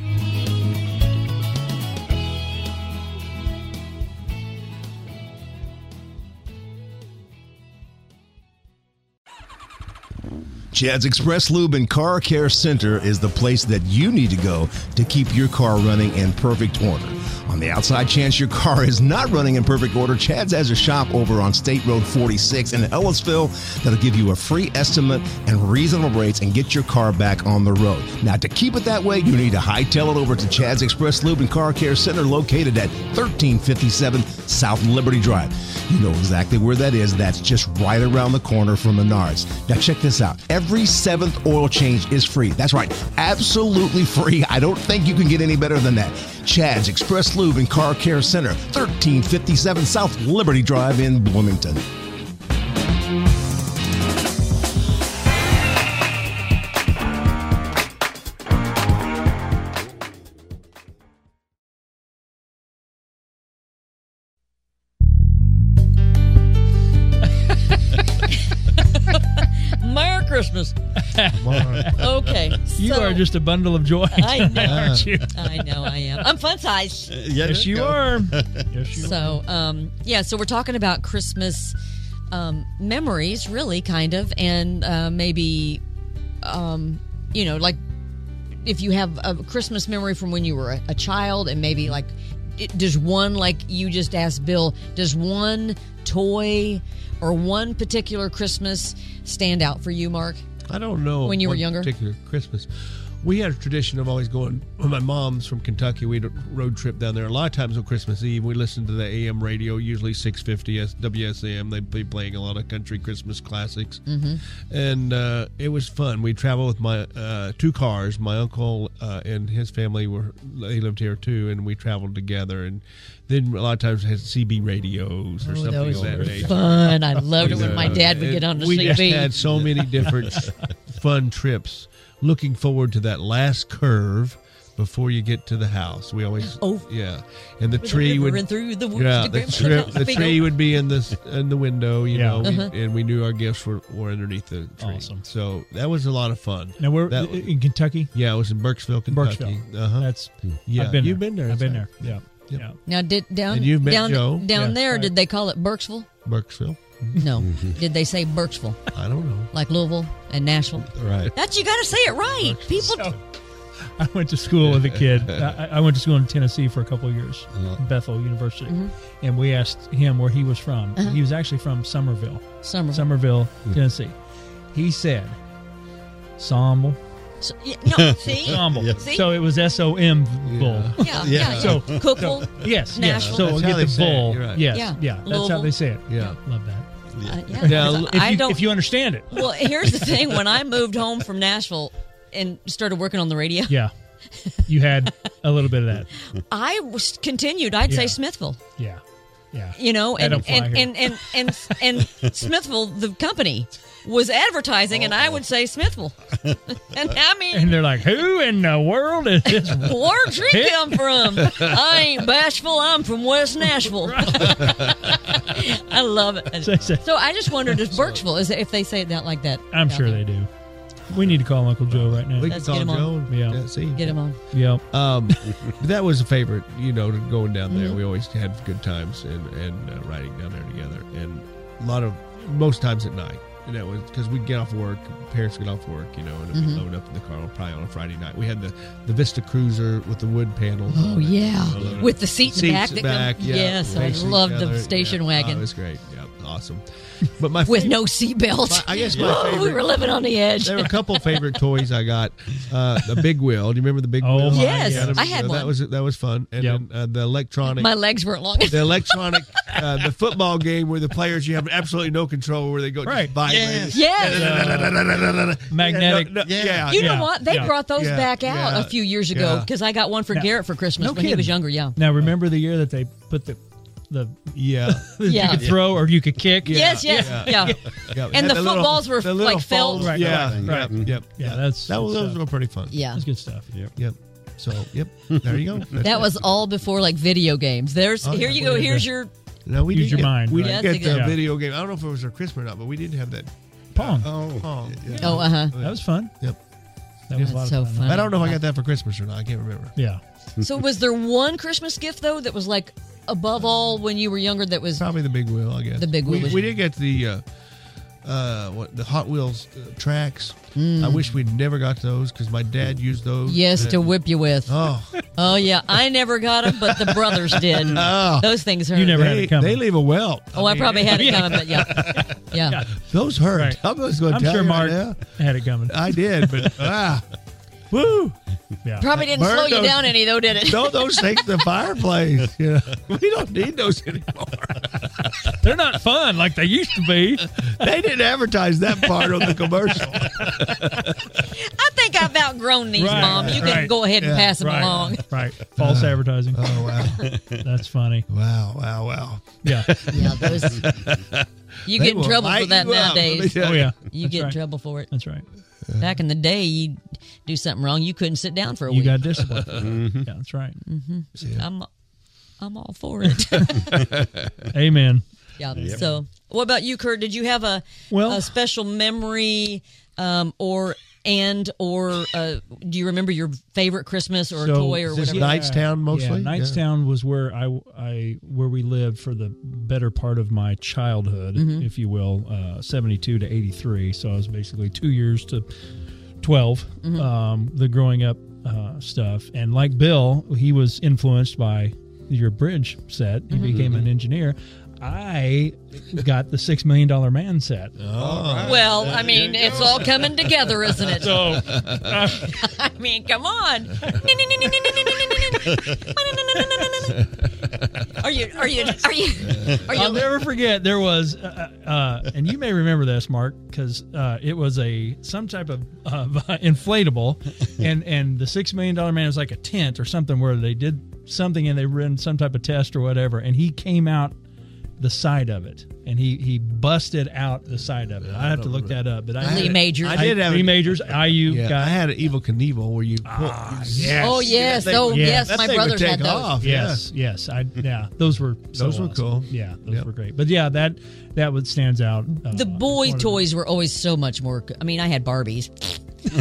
Speaker 7: Chad's Express Lube and Car Care Center is the place that you need to go to keep your car running in perfect order. On the outside chance your car is not running in perfect order, Chad's has a shop over on State Road 46 in Ellisville that'll give you a free estimate and reasonable rates and get your car back on the road. Now, to keep it that way, you need to hightail it over to Chad's Express Lube and Car Care Center located at 1357 South Liberty Drive. You know exactly where that is. That's just right around the corner from Menards. Now, check this out. Every seventh oil change is free. That's right, absolutely free. I don't think you can get any better than that. Chad's Express Lube and Car Care Center, 1357 South Liberty Drive in Bloomington.
Speaker 2: Merry
Speaker 3: <laughs>
Speaker 2: Christmas. Okay.
Speaker 3: You
Speaker 2: so-
Speaker 3: are just a bundle of joy,
Speaker 2: I know.
Speaker 3: <laughs> aren't you?
Speaker 2: I know I am. I'm fun size.
Speaker 3: Yes,
Speaker 5: <laughs>
Speaker 3: you are. Yes, you are.
Speaker 2: So, um, yeah, so we're talking about Christmas um, memories, really, kind of, and uh, maybe, um, you know, like if you have a Christmas memory from when you were a, a child, and maybe like, it, does one, like you just asked Bill, does one toy or one particular Christmas stand out for you, Mark?
Speaker 5: I don't know.
Speaker 2: When you were
Speaker 5: one
Speaker 2: younger?
Speaker 5: particular Christmas. We had a tradition of always going. When my mom's from Kentucky, we'd road trip down there. A lot of times on Christmas Eve, we listened to the AM radio, usually 650 S- WSM. They'd be playing a lot of country Christmas classics, mm-hmm. and uh, it was fun. We traveled with my uh, two cars. My uncle uh, and his family were they lived here too, and we traveled together. And then a lot of times had CB radios or something
Speaker 2: those
Speaker 5: of that
Speaker 2: were
Speaker 5: nature.
Speaker 2: fun. I loved it when my
Speaker 5: Yeah.
Speaker 2: dad would
Speaker 5: Uh, And
Speaker 2: get on the
Speaker 5: we just
Speaker 2: CB.
Speaker 5: had
Speaker 2: <laughs>
Speaker 5: so many different fun trips. Looking forward to that last curve before you get to the house. We always,
Speaker 2: Oh.
Speaker 5: yeah, and the tree
Speaker 2: river
Speaker 5: would
Speaker 2: and through the woods
Speaker 5: yeah,
Speaker 2: to
Speaker 5: the,
Speaker 2: grab- <laughs>
Speaker 5: tri- the
Speaker 2: big
Speaker 5: tree
Speaker 2: old- Uh-huh.
Speaker 5: would be in the in the window, you
Speaker 3: Yeah.
Speaker 5: know, we- and we knew our gifts were, were underneath the tree.
Speaker 3: Awesome.
Speaker 5: So that was a lot of fun.
Speaker 3: Now we're
Speaker 5: That-
Speaker 3: in Kentucky.
Speaker 5: yeah, it was in Burkesville, Kentucky.
Speaker 3: Burkesville.
Speaker 5: Uh huh.
Speaker 3: That's
Speaker 5: Yeah,
Speaker 3: I've been
Speaker 5: you've
Speaker 3: there.
Speaker 5: been there.
Speaker 3: I've been there.
Speaker 5: that's
Speaker 3: Yeah.
Speaker 5: Yep.
Speaker 3: Yeah.
Speaker 2: Now, did down
Speaker 5: And you've met
Speaker 2: down
Speaker 5: Joe.
Speaker 2: down
Speaker 3: Yeah,
Speaker 2: there?
Speaker 3: right.
Speaker 2: Did they call it Burksville?
Speaker 5: right. Burkesville.
Speaker 3: <laughs>
Speaker 2: No. did they say Burksville
Speaker 5: I don't know.
Speaker 2: like Louisville and Nashville?
Speaker 5: Right.
Speaker 2: That's you got to say it right. People,
Speaker 3: <laughs> I went to
Speaker 5: <laughs>
Speaker 3: school with a kid. I, I went to school in Tennessee for a couple of years,
Speaker 5: Uh-huh.
Speaker 3: Bethel University,
Speaker 2: Mm-hmm.
Speaker 3: and we asked him where he was from.
Speaker 2: Uh-huh.
Speaker 3: He was actually from
Speaker 2: Mm-hmm.
Speaker 3: Somerville,
Speaker 2: Somerville.
Speaker 5: <laughs>
Speaker 3: Somerville, Tennessee. He said, "Somerville,
Speaker 2: So, yeah,
Speaker 3: <laughs>
Speaker 2: no, see?
Speaker 3: Somble.
Speaker 2: See?
Speaker 3: So it was S O M bull.
Speaker 2: yeah, yeah, yeah.
Speaker 3: So-
Speaker 2: Cookville.
Speaker 3: <laughs> Yes, yes.
Speaker 2: Nashville.
Speaker 3: So we'll
Speaker 5: That's how
Speaker 3: get
Speaker 5: they
Speaker 3: the
Speaker 5: say it.
Speaker 3: bull.
Speaker 5: You're right.
Speaker 3: Yes, yeah.
Speaker 2: Yeah.
Speaker 3: That's how
Speaker 2: Louisville.
Speaker 3: they say it.
Speaker 5: Yeah.
Speaker 3: love that.
Speaker 2: Uh, yeah,
Speaker 5: Now,
Speaker 2: because
Speaker 3: If
Speaker 2: I
Speaker 3: you,
Speaker 2: don't.
Speaker 3: if you understand it.
Speaker 2: well, here's the thing: when I moved home from Nashville and started working on the radio,
Speaker 3: Yeah. You had a little bit of that.
Speaker 2: I was continued. I'd
Speaker 3: Yeah.
Speaker 2: say Smithville.
Speaker 3: Yeah. Yeah.
Speaker 2: You know,
Speaker 3: That
Speaker 2: and
Speaker 3: don't fly
Speaker 2: and,
Speaker 3: here.
Speaker 2: and and and and Smithville, the company, was advertising, and I would say Smithville. <laughs> and I mean,
Speaker 3: And they're like, who in the world is this?
Speaker 2: where'd she
Speaker 3: <laughs>
Speaker 2: come from? I ain't bashful. I'm from West Nashville. <laughs> I love it.
Speaker 3: So- so-
Speaker 2: So I just wondered if Birchville is if they say it that like that.
Speaker 3: I'm sure they do. We need to call Uncle Joe right now.
Speaker 5: We
Speaker 2: Let's
Speaker 5: can
Speaker 2: get
Speaker 5: call
Speaker 2: 'em on.
Speaker 5: Joan.
Speaker 3: Yeah.
Speaker 5: see.
Speaker 2: get him on.
Speaker 3: Yep.
Speaker 2: uh,
Speaker 5: Um, but that was a favorite, you know, to going down there.
Speaker 2: Mm-hmm.
Speaker 5: We always had good times and and uh, riding down there together, and a lot of most times at night. And that was because we'd get off work, parents get off work, you know, and we'd
Speaker 2: Mm-hmm.
Speaker 5: load up in the car probably on a Friday night. We had the the Vista Cruiser with the wood panels. on
Speaker 2: Oh
Speaker 5: it.
Speaker 2: yeah,
Speaker 5: I love it.
Speaker 2: with the seat in the back.
Speaker 5: Seats
Speaker 2: That
Speaker 5: back,
Speaker 2: come,
Speaker 5: yeah,
Speaker 2: yes, I
Speaker 5: facing each
Speaker 2: love
Speaker 5: other,
Speaker 2: the station
Speaker 5: yeah.
Speaker 2: wagon
Speaker 5: Oh, it was great. Yeah, awesome. But
Speaker 2: <laughs>
Speaker 5: my
Speaker 2: with
Speaker 5: favorite-
Speaker 2: no seatbelt.
Speaker 5: I guess
Speaker 2: <laughs>
Speaker 5: my
Speaker 2: we
Speaker 5: favorite-
Speaker 2: were living on the edge.
Speaker 5: there were a couple favorite toys I got. Uh, the big wheel. Do you remember the big
Speaker 3: Oh,
Speaker 5: wheel?
Speaker 3: my
Speaker 2: Yes,
Speaker 5: Yeah,
Speaker 2: I had
Speaker 5: That
Speaker 2: one.
Speaker 5: was that was fun. And
Speaker 3: Yep.
Speaker 5: then, uh, the
Speaker 2: <laughs>
Speaker 5: electronic.
Speaker 2: My legs weren't long. <laughs>
Speaker 5: the electronic, uh, the football game where the players you have absolutely no control where they go
Speaker 3: Right.
Speaker 5: just vibrate.
Speaker 2: yes.
Speaker 3: Magnetic.
Speaker 5: No, no, yeah.
Speaker 2: You
Speaker 3: Yeah,
Speaker 2: know what? They
Speaker 3: yeah,
Speaker 2: brought those
Speaker 5: yeah,
Speaker 2: back out
Speaker 5: yeah,
Speaker 2: a few years ago
Speaker 5: yeah.
Speaker 2: because I got one for
Speaker 3: No.
Speaker 2: Garrett for Christmas
Speaker 3: No
Speaker 2: when he
Speaker 3: kidding.
Speaker 2: was younger. Yeah.
Speaker 3: Now remember the year that they put the the
Speaker 5: yeah,
Speaker 2: <laughs> Yeah.
Speaker 3: you could throw or you could kick.
Speaker 2: Yes, yes, yeah.
Speaker 5: yeah.
Speaker 2: And
Speaker 5: Had
Speaker 2: the
Speaker 5: little-
Speaker 2: footballs were
Speaker 5: the little
Speaker 2: like felt.
Speaker 5: foam-
Speaker 3: Right,
Speaker 5: Yeah,
Speaker 6: right,
Speaker 5: right.
Speaker 6: right.
Speaker 5: Yep.
Speaker 3: Yeah, that's
Speaker 5: That was
Speaker 3: good
Speaker 5: those
Speaker 3: stuff.
Speaker 5: were pretty fun.
Speaker 2: Yeah.
Speaker 3: That's good stuff.
Speaker 5: Yep. So
Speaker 2: <laughs>
Speaker 5: yep. There you go. That's
Speaker 2: That
Speaker 5: it.
Speaker 2: was all before like video games. There's
Speaker 5: Oh, yeah.
Speaker 2: here you go.
Speaker 5: Well,
Speaker 2: Here's
Speaker 3: yeah.
Speaker 2: your
Speaker 5: No, we
Speaker 3: Use
Speaker 5: did
Speaker 3: your
Speaker 5: get,
Speaker 3: mind,
Speaker 5: We
Speaker 3: right?
Speaker 5: did
Speaker 2: Yeah,
Speaker 5: get
Speaker 2: that's
Speaker 5: the
Speaker 3: good.
Speaker 5: video game. I don't know if it was a Christmas or not, but we did have that.
Speaker 3: Pong.
Speaker 6: Oh,
Speaker 5: Oh, yeah.
Speaker 2: oh uh huh.
Speaker 3: That was fun.
Speaker 5: Yep.
Speaker 3: That was a lot
Speaker 2: That's so
Speaker 3: of fun.
Speaker 2: funny.
Speaker 5: I don't know if I got that for Christmas or not. I can't remember.
Speaker 3: Yeah.
Speaker 2: So was there one Christmas gift though that was like above all when you were younger that was
Speaker 5: Probably the big wheel, I guess.
Speaker 2: The big wheel
Speaker 5: We,
Speaker 2: was-
Speaker 5: we did get the uh, uh, what the Hot Wheels uh, tracks. I wish we never got those because my dad used those.
Speaker 2: Mm. yes to whip you with?
Speaker 5: Oh,
Speaker 2: Oh yeah, I never got them, but the brothers
Speaker 3: <laughs>
Speaker 2: did. Those things hurt.
Speaker 3: You never had
Speaker 5: they,
Speaker 3: it coming.
Speaker 5: they leave a welt.
Speaker 2: Oh, I
Speaker 5: mean,
Speaker 2: probably had it
Speaker 3: Yeah.
Speaker 2: coming, but
Speaker 3: <laughs>
Speaker 2: yeah, yeah.
Speaker 5: those hurt.
Speaker 3: Right.
Speaker 5: I'm just going to
Speaker 3: I'm
Speaker 5: tell
Speaker 3: sure
Speaker 5: you
Speaker 3: Mark
Speaker 5: right now.
Speaker 3: had it coming.
Speaker 2: Uh,
Speaker 5: I did,
Speaker 3: <laughs>
Speaker 5: but ah, woo!
Speaker 3: Yeah.
Speaker 2: Probably didn't
Speaker 5: Burn
Speaker 2: slow you
Speaker 5: those-
Speaker 2: down any though, did it?
Speaker 5: Throw those things in the fireplace. You know, <laughs> we don't need those anymore.
Speaker 3: They're not fun like they used to be.
Speaker 5: They didn't advertise that part on
Speaker 2: <laughs>
Speaker 5: the commercial.
Speaker 2: I think I've outgrown these,
Speaker 3: Right,
Speaker 2: Mom. You can
Speaker 3: right,
Speaker 2: go ahead and
Speaker 5: yeah,
Speaker 2: pass them
Speaker 3: right.
Speaker 2: along. Uh,
Speaker 3: <laughs> Right. False advertising.
Speaker 5: Oh wow,
Speaker 3: That's funny.
Speaker 5: wow, wow, wow!
Speaker 2: <laughs>
Speaker 3: Yeah.
Speaker 2: Yeah, those. You
Speaker 5: They
Speaker 2: get in
Speaker 5: will
Speaker 2: trouble for
Speaker 5: light
Speaker 2: that
Speaker 5: you up, let me
Speaker 3: <laughs>
Speaker 2: nowadays.
Speaker 5: tell
Speaker 3: Oh yeah.
Speaker 2: You get in
Speaker 3: right.
Speaker 2: trouble for it.
Speaker 3: That's right.
Speaker 2: Back in the day, you do something wrong, you couldn't sit down for a
Speaker 3: You
Speaker 2: week.
Speaker 3: got disciplined. Yeah, that's right.
Speaker 2: I'm, I'm all
Speaker 3: <laughs>
Speaker 2: for it.
Speaker 3: Amen.
Speaker 2: yeah. So, what about you, Kurt? Did you have a
Speaker 3: Well-
Speaker 2: a special memory, um, or and or uh, do you remember your favorite Christmas or
Speaker 3: So,
Speaker 2: a toy or
Speaker 5: is this
Speaker 2: whatever?
Speaker 5: night- Knightstown mostly?
Speaker 3: Yeah, Knightstown was where I, I where we lived for the better part of my childhood, if you will, uh, seventy two to eighty three. So I was basically two years to 12 um, the growing up uh, stuff and like bill he was influenced by your bridge set he became an engineer i got the six million dollar man set
Speaker 2: Well, I mean, it's all coming together, isn't it?
Speaker 3: so
Speaker 2: I mean, come on. Are you? Are you? Are you? Are
Speaker 3: I'll
Speaker 2: you?
Speaker 3: never forget. There was, uh, uh, and you may remember this, Mark, because uh, it was a some type of uh,
Speaker 5: <laughs>
Speaker 3: inflatable, and and the six million dollar man was like a tent or something where they did something and they ran some type of test or whatever, and he came out the side of it, and he he busted out the side of it. I have to look that up, but I
Speaker 2: Lee
Speaker 3: had it.
Speaker 2: Majors.
Speaker 5: I did have
Speaker 3: Lee
Speaker 5: it.
Speaker 3: Majors, IU
Speaker 5: Yeah,
Speaker 3: guy.
Speaker 5: I had an evil Knievel where you. yes.
Speaker 2: Oh yes. Oh
Speaker 3: Yeah.
Speaker 2: yes.
Speaker 5: That
Speaker 2: My
Speaker 5: thing would
Speaker 2: brothers had
Speaker 5: take
Speaker 2: those.
Speaker 5: off,
Speaker 3: Yes, yes. I yeah, those were so
Speaker 5: Those were
Speaker 3: awesome.
Speaker 5: cool.
Speaker 3: Yeah, those
Speaker 5: Yep.
Speaker 3: were great. But yeah, that that would stands out. uh,
Speaker 2: The boy
Speaker 3: as one of
Speaker 2: toys were always so much more. I mean, I had Barbies. <laughs>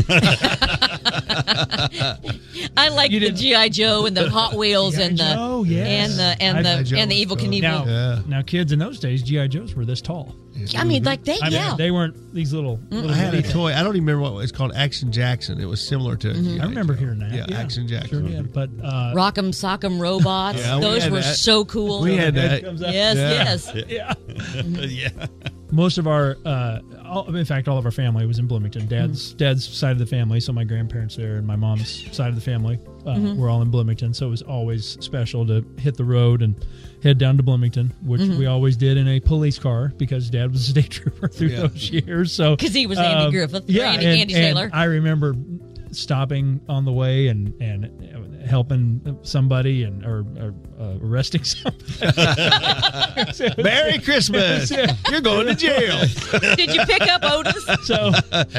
Speaker 2: I like
Speaker 3: You
Speaker 2: the
Speaker 3: didn't-
Speaker 2: GI Joe and
Speaker 3: <laughs>
Speaker 2: the Hot Wheels and the
Speaker 3: Joe, yes.
Speaker 2: and the and
Speaker 3: G.I.
Speaker 2: the
Speaker 5: Joe
Speaker 2: and the
Speaker 5: was
Speaker 2: Evil
Speaker 5: cool.
Speaker 2: Knievel.
Speaker 3: Now,
Speaker 5: Yeah.
Speaker 3: now, kids in those days, GI Joes were this tall.
Speaker 2: I mean, like they,
Speaker 3: I mean,
Speaker 2: yeah.
Speaker 3: they weren't these little. little
Speaker 2: Oh,
Speaker 5: I had a
Speaker 3: bitty
Speaker 5: toy. I don't even remember what it's called. Action Jackson. It was similar to.
Speaker 3: things. Mm-hmm. I remember hearing that.
Speaker 5: Yeah, Action Jackson.
Speaker 3: Sure did. But uh,
Speaker 2: Rock'em Sock'em Robots.
Speaker 5: Yeah, we
Speaker 2: those
Speaker 5: had
Speaker 2: were
Speaker 5: that.
Speaker 2: so cool.
Speaker 5: We had
Speaker 3: head
Speaker 2: <laughs>
Speaker 5: that.
Speaker 3: comes out.
Speaker 2: yes,
Speaker 5: Yeah.
Speaker 2: yes.
Speaker 3: Yeah.
Speaker 6: yeah.
Speaker 3: Mm-hmm. most of our, uh, all, in fact, all of our family was in Bloomington. Dad's
Speaker 2: Mm-hmm.
Speaker 3: dad's side of the family, so my grandparents there, and my mom's side of the family uh,
Speaker 2: Mm-hmm.
Speaker 3: were all in Bloomington. So it was always special to hit the road and head down to Bloomington, which
Speaker 2: Mm-hmm.
Speaker 3: we always did in a police car because Dad was a state <laughs> trooper through those years. So um,
Speaker 2: 'Cause he was Andy Griffith,
Speaker 3: yeah,
Speaker 2: Andy-
Speaker 3: and-
Speaker 2: Andy
Speaker 3: and
Speaker 2: Taylor.
Speaker 3: I remember stopping on the way and and helping somebody and or, or uh, arresting <laughs> somebody.
Speaker 7: Merry Christmas. You're going to jail.
Speaker 3: <laughs>
Speaker 2: Did you pick up Otis? <laughs>
Speaker 3: So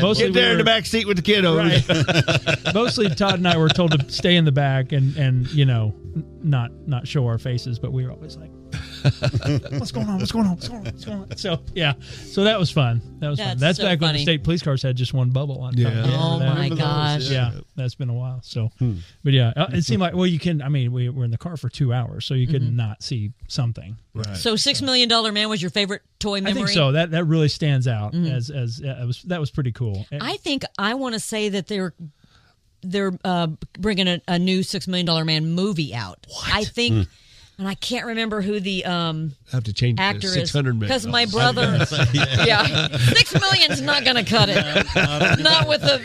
Speaker 3: mostly
Speaker 7: Get there
Speaker 3: we
Speaker 7: in the
Speaker 3: were-
Speaker 7: back seat with the kiddos.
Speaker 3: Right. Mostly Todd and I were told to stay in the back and and you know n- not not show our faces, but we were always like, <laughs> "What's going on? What's going on? What's going on? What's going on?" So yeah, so that was fun. That was fun.
Speaker 2: That's
Speaker 3: That's
Speaker 2: so
Speaker 3: back when the
Speaker 2: funny.
Speaker 3: state police cars had just one bubble on.
Speaker 5: Yeah.
Speaker 3: Top.
Speaker 2: Oh
Speaker 3: that-
Speaker 2: my gosh.
Speaker 3: yeah, that's been a while. So, but yeah, uh, it seemed like well, you can. I mean, we were in the car for two hours, so you could
Speaker 2: Mm-hmm.
Speaker 3: not see something.
Speaker 2: So six million dollar man was your favorite toy
Speaker 3: I
Speaker 2: memory. Mm-hmm.
Speaker 3: think so. That that really stands out as as uh, it was that was pretty cool.
Speaker 2: I think I want to say that they're they're uh, bringing a, a new six million dollar man movie out. I think,
Speaker 3: Hmm.
Speaker 2: and I can't remember who the um,
Speaker 5: I have to change it to
Speaker 2: actor is
Speaker 5: 600 million.
Speaker 2: because my brother,
Speaker 3: <laughs>
Speaker 2: yeah. six million's not going to cut it. not with the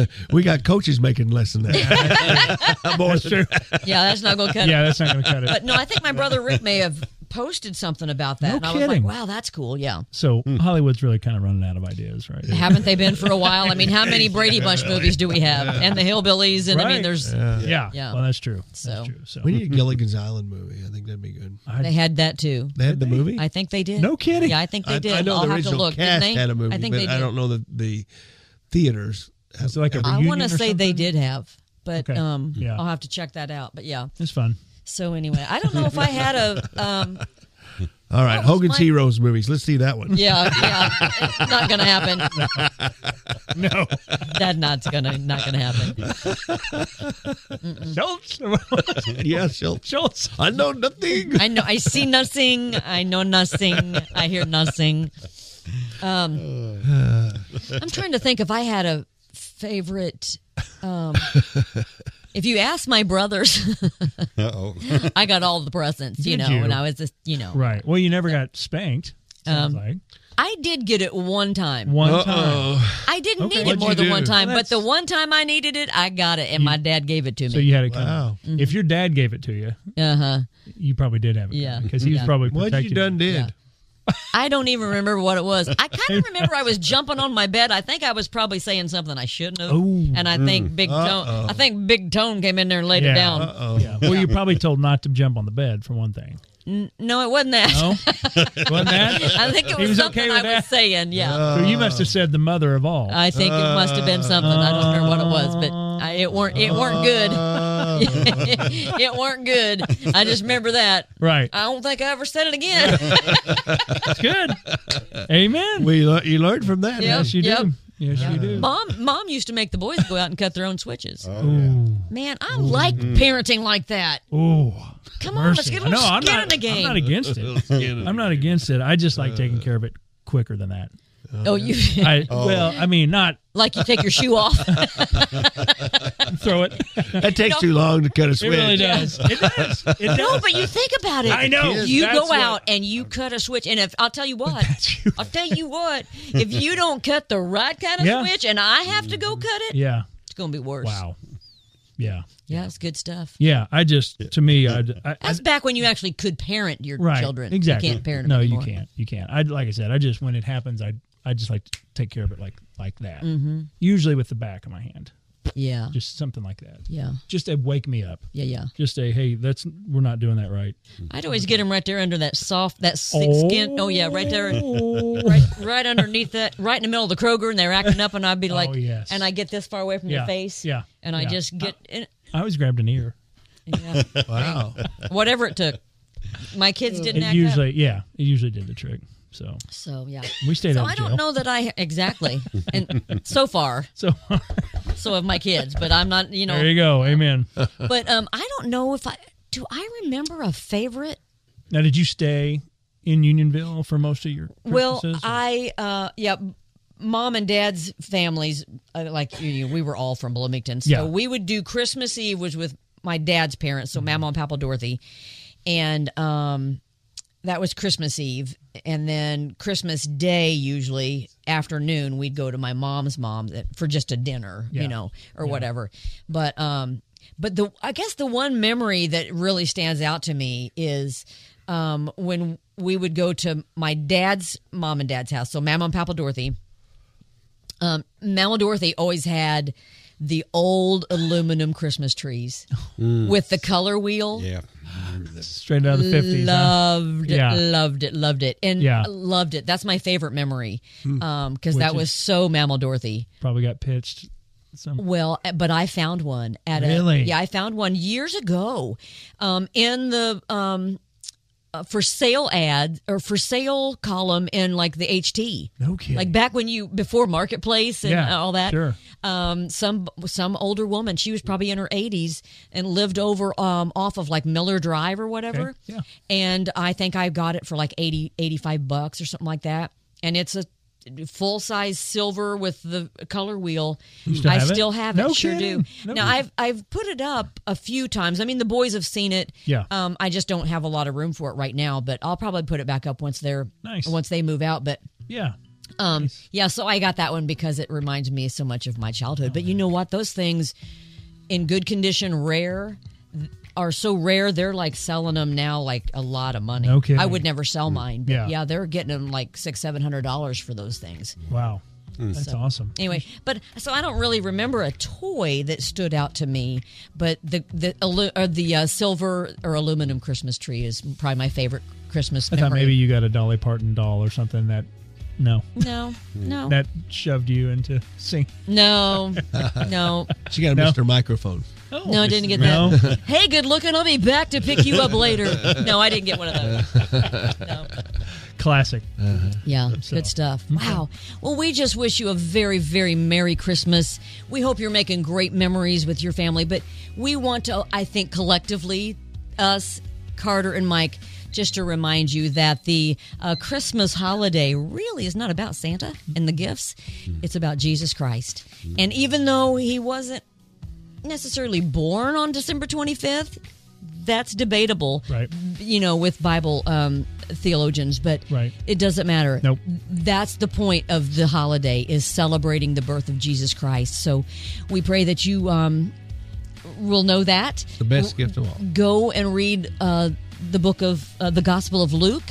Speaker 2: not,
Speaker 5: We got coaches making less than that.
Speaker 3: that's true.
Speaker 2: yeah, that's not going to cut
Speaker 3: yeah,
Speaker 2: it.
Speaker 3: that's not going to cut it.
Speaker 2: But no, I think my brother Rick may have posted something about that,
Speaker 3: No
Speaker 2: and I was
Speaker 3: kidding.
Speaker 2: like, wow, that's cool. Yeah.
Speaker 3: So Hollywood's really kind of running out of ideas, right?
Speaker 2: Haven't they been for a while? I mean, how many Brady
Speaker 3: <laughs>
Speaker 2: Bunch movies do we have? And the Hillbillies, and I mean,
Speaker 3: Right.
Speaker 2: there's
Speaker 3: yeah.
Speaker 2: Yeah.
Speaker 3: Well, that's true.
Speaker 2: So-
Speaker 3: That's true. So
Speaker 5: we need a Gilligan's Island movie. I think that'd be good.
Speaker 2: they had that too.
Speaker 5: They had the movie?
Speaker 2: I think they did.
Speaker 3: No kidding.
Speaker 2: Yeah, I think they did.
Speaker 5: I, I know
Speaker 2: will
Speaker 5: the
Speaker 2: have to
Speaker 5: original
Speaker 2: look.
Speaker 5: cast
Speaker 2: didn't they?
Speaker 5: had a movie,
Speaker 2: I think
Speaker 5: but
Speaker 2: they did.
Speaker 5: I don't know the, the theaters.
Speaker 3: It's like a
Speaker 2: I want
Speaker 3: reunion or
Speaker 2: to say they
Speaker 3: something?
Speaker 2: did have, but
Speaker 3: Okay.
Speaker 2: um,
Speaker 3: Yeah.
Speaker 2: I'll have to check that out. But yeah.
Speaker 3: it's
Speaker 5: <laughs>
Speaker 3: fun.
Speaker 2: So anyway, I don't know if I had
Speaker 3: <laughs>
Speaker 2: a. Um,
Speaker 5: All right,
Speaker 2: What was
Speaker 5: Hogan's
Speaker 2: my-
Speaker 5: Heroes movies. Let's see that one.
Speaker 2: yeah, yeah, not gonna happen. No, that not gonna not gonna happen.
Speaker 3: Schultz,
Speaker 5: <laughs>
Speaker 3: <laughs>
Speaker 5: yeah, Schultz.
Speaker 3: Schultz.
Speaker 5: I know nothing.
Speaker 2: I know. I see nothing. I know nothing. I hear nothing. Um, I'm trying to think if I had a favorite. Um, if you ask my brothers,
Speaker 6: <laughs> Uh-oh.
Speaker 2: I got all the presents, you
Speaker 3: Did
Speaker 2: know,
Speaker 3: you?
Speaker 2: when I was just, you know,
Speaker 3: Right. Well, you never got spanked. Sounds
Speaker 2: Um,
Speaker 3: like
Speaker 2: I did get it one time.
Speaker 3: one time.
Speaker 2: I didn't
Speaker 3: Okay.
Speaker 2: need
Speaker 3: What'd
Speaker 2: it more
Speaker 5: you
Speaker 2: than
Speaker 5: do?
Speaker 2: one time,
Speaker 3: Well,
Speaker 2: but the
Speaker 3: that's-
Speaker 2: one time I needed it, I got it, and my dad gave it to
Speaker 3: So
Speaker 2: me.
Speaker 3: you had it. Coming.
Speaker 5: Wow.
Speaker 2: Mm-hmm.
Speaker 3: If your dad gave it to you,
Speaker 2: Uh huh.
Speaker 3: you probably did have it.
Speaker 2: Yeah.
Speaker 3: Because he was
Speaker 2: Yeah.
Speaker 3: probably
Speaker 5: What
Speaker 3: protecting
Speaker 5: you done did?
Speaker 2: Yeah. I don't even remember what it was. I kind
Speaker 3: <laughs>
Speaker 2: of remember I was jumping on my bed. I think I was probably saying something I shouldn't have.
Speaker 3: Ooh.
Speaker 2: and I think Big Tone. I think Big Tone came in there and laid
Speaker 3: mm. Yeah.
Speaker 2: it down.
Speaker 3: Oh. Yeah. Well, you probably told not to jump on the bed for
Speaker 2: <laughs>
Speaker 3: one thing.
Speaker 2: No, it wasn't that.
Speaker 3: No, wasn't that?
Speaker 2: <laughs> I think it
Speaker 3: He
Speaker 2: was,
Speaker 3: was
Speaker 2: something
Speaker 3: okay
Speaker 2: I was
Speaker 3: with that? Uh-huh.
Speaker 2: saying. Yeah.
Speaker 3: so you must have said the mother of all.
Speaker 2: I think it must have been something. I don't remember what it was, but I, it weren't it weren't good. <laughs> it weren't good. I just remember that. <laughs>
Speaker 3: right.
Speaker 2: I don't think I ever said it again.
Speaker 3: <laughs>
Speaker 5: <laughs>
Speaker 3: That's good. Amen.
Speaker 5: We le- you learned from that.
Speaker 2: Yep.
Speaker 3: yes, you
Speaker 2: Yep.
Speaker 3: do. Yes, you do.
Speaker 2: mom, mom used to make the boys go out and cut their own switches. Man, I like
Speaker 3: Mm-hmm.
Speaker 2: parenting like that.
Speaker 3: Oh,
Speaker 2: Come on, let's
Speaker 3: mercy.
Speaker 2: get a little
Speaker 3: No, I'm
Speaker 2: skin
Speaker 3: not,
Speaker 2: in the game.
Speaker 3: I'm not against it. I'm not against it. I just like taking care of it quicker than that.
Speaker 2: oh, you <laughs>
Speaker 3: I well, I mean, not
Speaker 2: like you take your shoe
Speaker 3: <laughs>
Speaker 2: off.
Speaker 3: throw it.
Speaker 5: That takes too long to cut a
Speaker 3: It
Speaker 5: switch.
Speaker 3: really does. It does. It
Speaker 2: no,
Speaker 3: does.
Speaker 2: but you think about it.
Speaker 3: I know.
Speaker 2: You
Speaker 3: That's
Speaker 2: go
Speaker 3: what-
Speaker 2: out and you cut a switch, and if I'll tell you what,
Speaker 3: you.
Speaker 2: I'll tell you what, if you don't cut the right kind of
Speaker 3: Yeah.
Speaker 2: switch, and I have to go cut it,
Speaker 3: Yeah.
Speaker 2: it's gonna be worse.
Speaker 3: Wow. Yeah.
Speaker 2: Yeah, it's good stuff.
Speaker 3: Yeah. I just to me, I'd- I, I
Speaker 2: That's back when you actually could parent your
Speaker 3: right
Speaker 2: children.
Speaker 3: exactly.
Speaker 2: You can't parent them
Speaker 3: No,
Speaker 2: anymore.
Speaker 3: you can't. You can't. I like I said. I just when it happens, I I just like to take care of it like like that. Mm-hmm. Usually with the back of my hand,
Speaker 2: Yeah,
Speaker 3: just something like that.
Speaker 2: yeah,
Speaker 3: Just a wake me up.
Speaker 2: yeah, yeah.
Speaker 3: Just a hey, that's we're not doing that right.
Speaker 2: I'd always get him right there under that soft, that thick
Speaker 3: Oh.
Speaker 2: skin. Oh yeah, right there,
Speaker 3: Oh.
Speaker 2: <laughs> right, right underneath that, right in the middle of the Kroger, and they're acting up, and I'd be like,
Speaker 3: Oh, yes.
Speaker 2: and I get this far away from
Speaker 3: Yeah,
Speaker 2: your face,
Speaker 3: yeah,
Speaker 2: and I
Speaker 3: yeah.
Speaker 2: just
Speaker 3: <laughs>
Speaker 2: get, in,
Speaker 3: I always grabbed an ear.
Speaker 2: yeah,
Speaker 5: Wow.
Speaker 2: whatever it took. My kids didn't
Speaker 3: It
Speaker 2: act
Speaker 3: usually,
Speaker 2: up,
Speaker 3: yeah, it usually did the trick. So
Speaker 2: so yeah.
Speaker 3: we stayed
Speaker 2: So
Speaker 3: out
Speaker 2: I
Speaker 3: of jail.
Speaker 2: don't know that I exactly, and so far,
Speaker 3: <laughs> So <laughs>
Speaker 2: so have my kids, but I'm not, you know,
Speaker 3: there you go. Amen.
Speaker 2: but um, I don't know if I do. I remember a favorite
Speaker 3: now, did you stay in Unionville for most of your
Speaker 2: Well,
Speaker 3: Christmases, or-
Speaker 2: I uh, yeah, mom and dad's families uh, like you, you, we were all from Bloomington, so
Speaker 3: Yeah.
Speaker 2: we would do Christmas Eve was with my dad's
Speaker 3: Mm-hmm.
Speaker 2: parents, so Mama and Papa Dorothy, and um, that was Christmas Eve, and then Christmas Day usually afternoon we'd go to my mom's mom for just a dinner,
Speaker 3: Yeah.
Speaker 2: you know, or whatever. But um, but the I guess the one memory that really stands out to me is um when we would go to my dad's mom and dad's house. So Mama and Papa Dorothy. Um, Mama Dorothy always had the old aluminum Christmas trees with the color wheel
Speaker 6: Yeah.
Speaker 3: Straight out of the 50s. huh?
Speaker 2: loved it,
Speaker 3: Yeah.
Speaker 2: loved it, loved it, and
Speaker 3: Yeah. Hmm.
Speaker 2: loved it. That's my favorite memory because that
Speaker 3: Which
Speaker 2: was so Mammal Dorothy.
Speaker 3: Probably got pitched. Some,
Speaker 2: Well, uh, but I found one at
Speaker 3: Really?
Speaker 2: a yeah, I found one years ago um, in the um, uh, for sale ad or for sale column in like the HT.
Speaker 3: No kidding.
Speaker 2: Like back when you before marketplace and
Speaker 3: Yeah,
Speaker 2: all that.
Speaker 3: sure.
Speaker 2: Um, some some older woman. She was probably in her eighties and lived over um, off of like Miller Drive or whatever.
Speaker 3: Okay, yeah.
Speaker 2: And I think I got it for like 80, 85 bucks or something like that. And it's a full size silver with the color wheel.
Speaker 3: still
Speaker 2: I
Speaker 3: have it?
Speaker 2: still have it.
Speaker 3: No
Speaker 2: sure
Speaker 3: kidding.
Speaker 2: do.
Speaker 3: No
Speaker 2: now
Speaker 3: kidding.
Speaker 2: I've I've put it up a few times. I mean the boys have seen it.
Speaker 3: Yeah.
Speaker 2: Um, I just don't have a lot of room for it right now, but I'll probably put it back up once they're
Speaker 3: Nice.
Speaker 2: once they move out. But
Speaker 3: yeah.
Speaker 2: um, yeah, so I got that one because it reminds me so much of my childhood. But you know what? Those things in good condition, rare, th- are so rare. They're like selling them now, like a lot of money.
Speaker 3: No kidding. Mm.
Speaker 2: I would never sell mine. But
Speaker 3: Yeah.
Speaker 2: yeah. they're getting them like six, seven hundred dollars for those things.
Speaker 3: Wow. That's awesome.
Speaker 2: Anyway, but so I don't really remember a toy that stood out to me, but the the alu- or the uh, silver or aluminum Christmas tree is probably my favorite Christmas
Speaker 3: I
Speaker 2: memory.
Speaker 3: thought maybe you got a Dolly Parton doll or something that. No,
Speaker 2: no, no,
Speaker 3: that shoved you into <laughs> sing.
Speaker 2: no, no.
Speaker 5: She got a Mr. Microphone.
Speaker 2: No, I didn't get
Speaker 3: No.
Speaker 2: that. Hey, good looking. I'll be back to pick you up later. No, I didn't get one of those. No.
Speaker 3: Classic.
Speaker 2: Yeah, good stuff. Wow. Well, we just wish you a very, very Merry Christmas. We hope you're making great memories with your family, but we want to, I think, collectively, us, Carter and Mike, just to remind you that the uh, Christmas holiday really is not about Santa and the gifts,
Speaker 3: Mm-hmm.
Speaker 2: it's about Jesus Christ. And even though he wasn't necessarily born on December 25th, that's debatable
Speaker 3: Right.
Speaker 2: you know, with Bible um, theologians, but
Speaker 3: Right.
Speaker 2: it doesn't matter.
Speaker 3: Nope.
Speaker 2: That's the point of the holiday is celebrating the birth of Jesus Christ. So we pray that you um, will know that.
Speaker 5: The best gift of all.
Speaker 2: Go and read uh, the book of uh, the Gospel of Luke.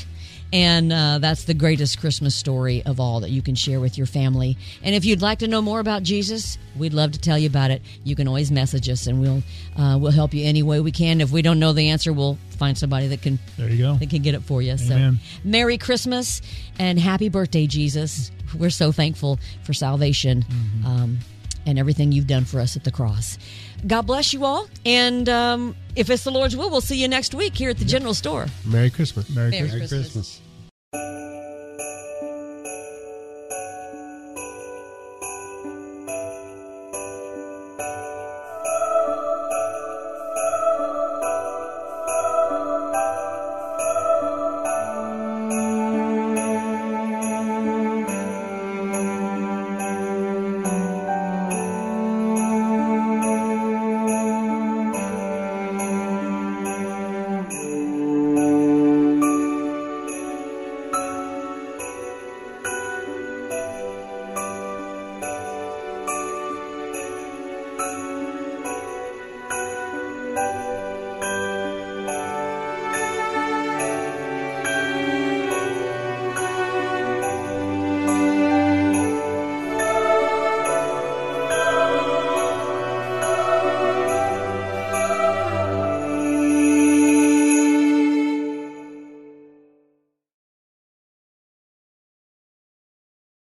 Speaker 2: And uh, that's the greatest Christmas story of all that you can share with your family. And if you'd like to know more about Jesus, we'd love to tell you about it. You can always message us, and we'll uh, we'll help you any way we can. If we don't know the answer, we'll find somebody that can
Speaker 3: There you go.
Speaker 2: that can get it for you. So,
Speaker 3: Amen.
Speaker 2: Merry Christmas and Happy Birthday, Jesus. We're so thankful for salvation
Speaker 3: Mm-hmm.
Speaker 2: um, and everything you've done for us at the cross. God bless you all. And um, if it's the Lord's will, we'll see you next week here at the General Store.
Speaker 5: Merry Christmas.
Speaker 3: Merry Christmas.
Speaker 6: Merry Christmas.